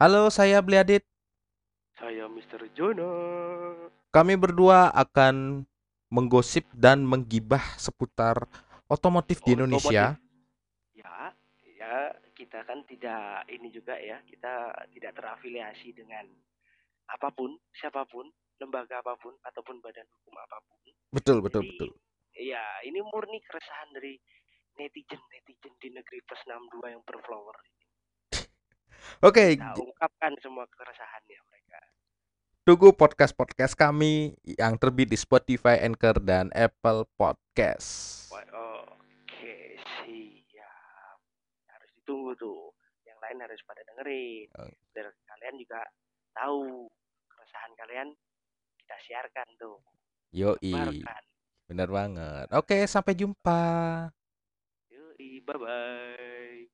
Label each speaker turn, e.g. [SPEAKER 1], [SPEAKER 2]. [SPEAKER 1] Halo, saya Bliadit.
[SPEAKER 2] Saya Mr. Jono.
[SPEAKER 1] Kami berdua akan menggosip dan menggibah seputar otomotif di Indonesia.
[SPEAKER 2] Ya, ya kita kan tidak ini juga ya, kita tidak terafiliasi dengan apapun, siapapun, lembaga apapun ataupun badan hukum apapun.
[SPEAKER 1] Betul, betul,
[SPEAKER 2] Jadi,
[SPEAKER 1] betul.
[SPEAKER 2] Ya, ini murni keresahan dari netizen-netizen di negeri plus 62 yang berflower.
[SPEAKER 1] Oke,
[SPEAKER 2] Kita ungkapkan semua keresahannya mereka.
[SPEAKER 1] tunggu podcast-podcast kami yang terbit di Spotify, Anchor, dan Apple Podcast.
[SPEAKER 2] Wah, Oke, siap. Harus ditunggu tuh. Yang lain harus pada dengerin.
[SPEAKER 1] Oke.
[SPEAKER 2] Biar kalian juga tahu keresahan kalian kita siarkan tuh.
[SPEAKER 1] Yoi,
[SPEAKER 2] Barkan.
[SPEAKER 1] bener banget. Oke, sampai jumpa.
[SPEAKER 2] Yoi, bye-bye.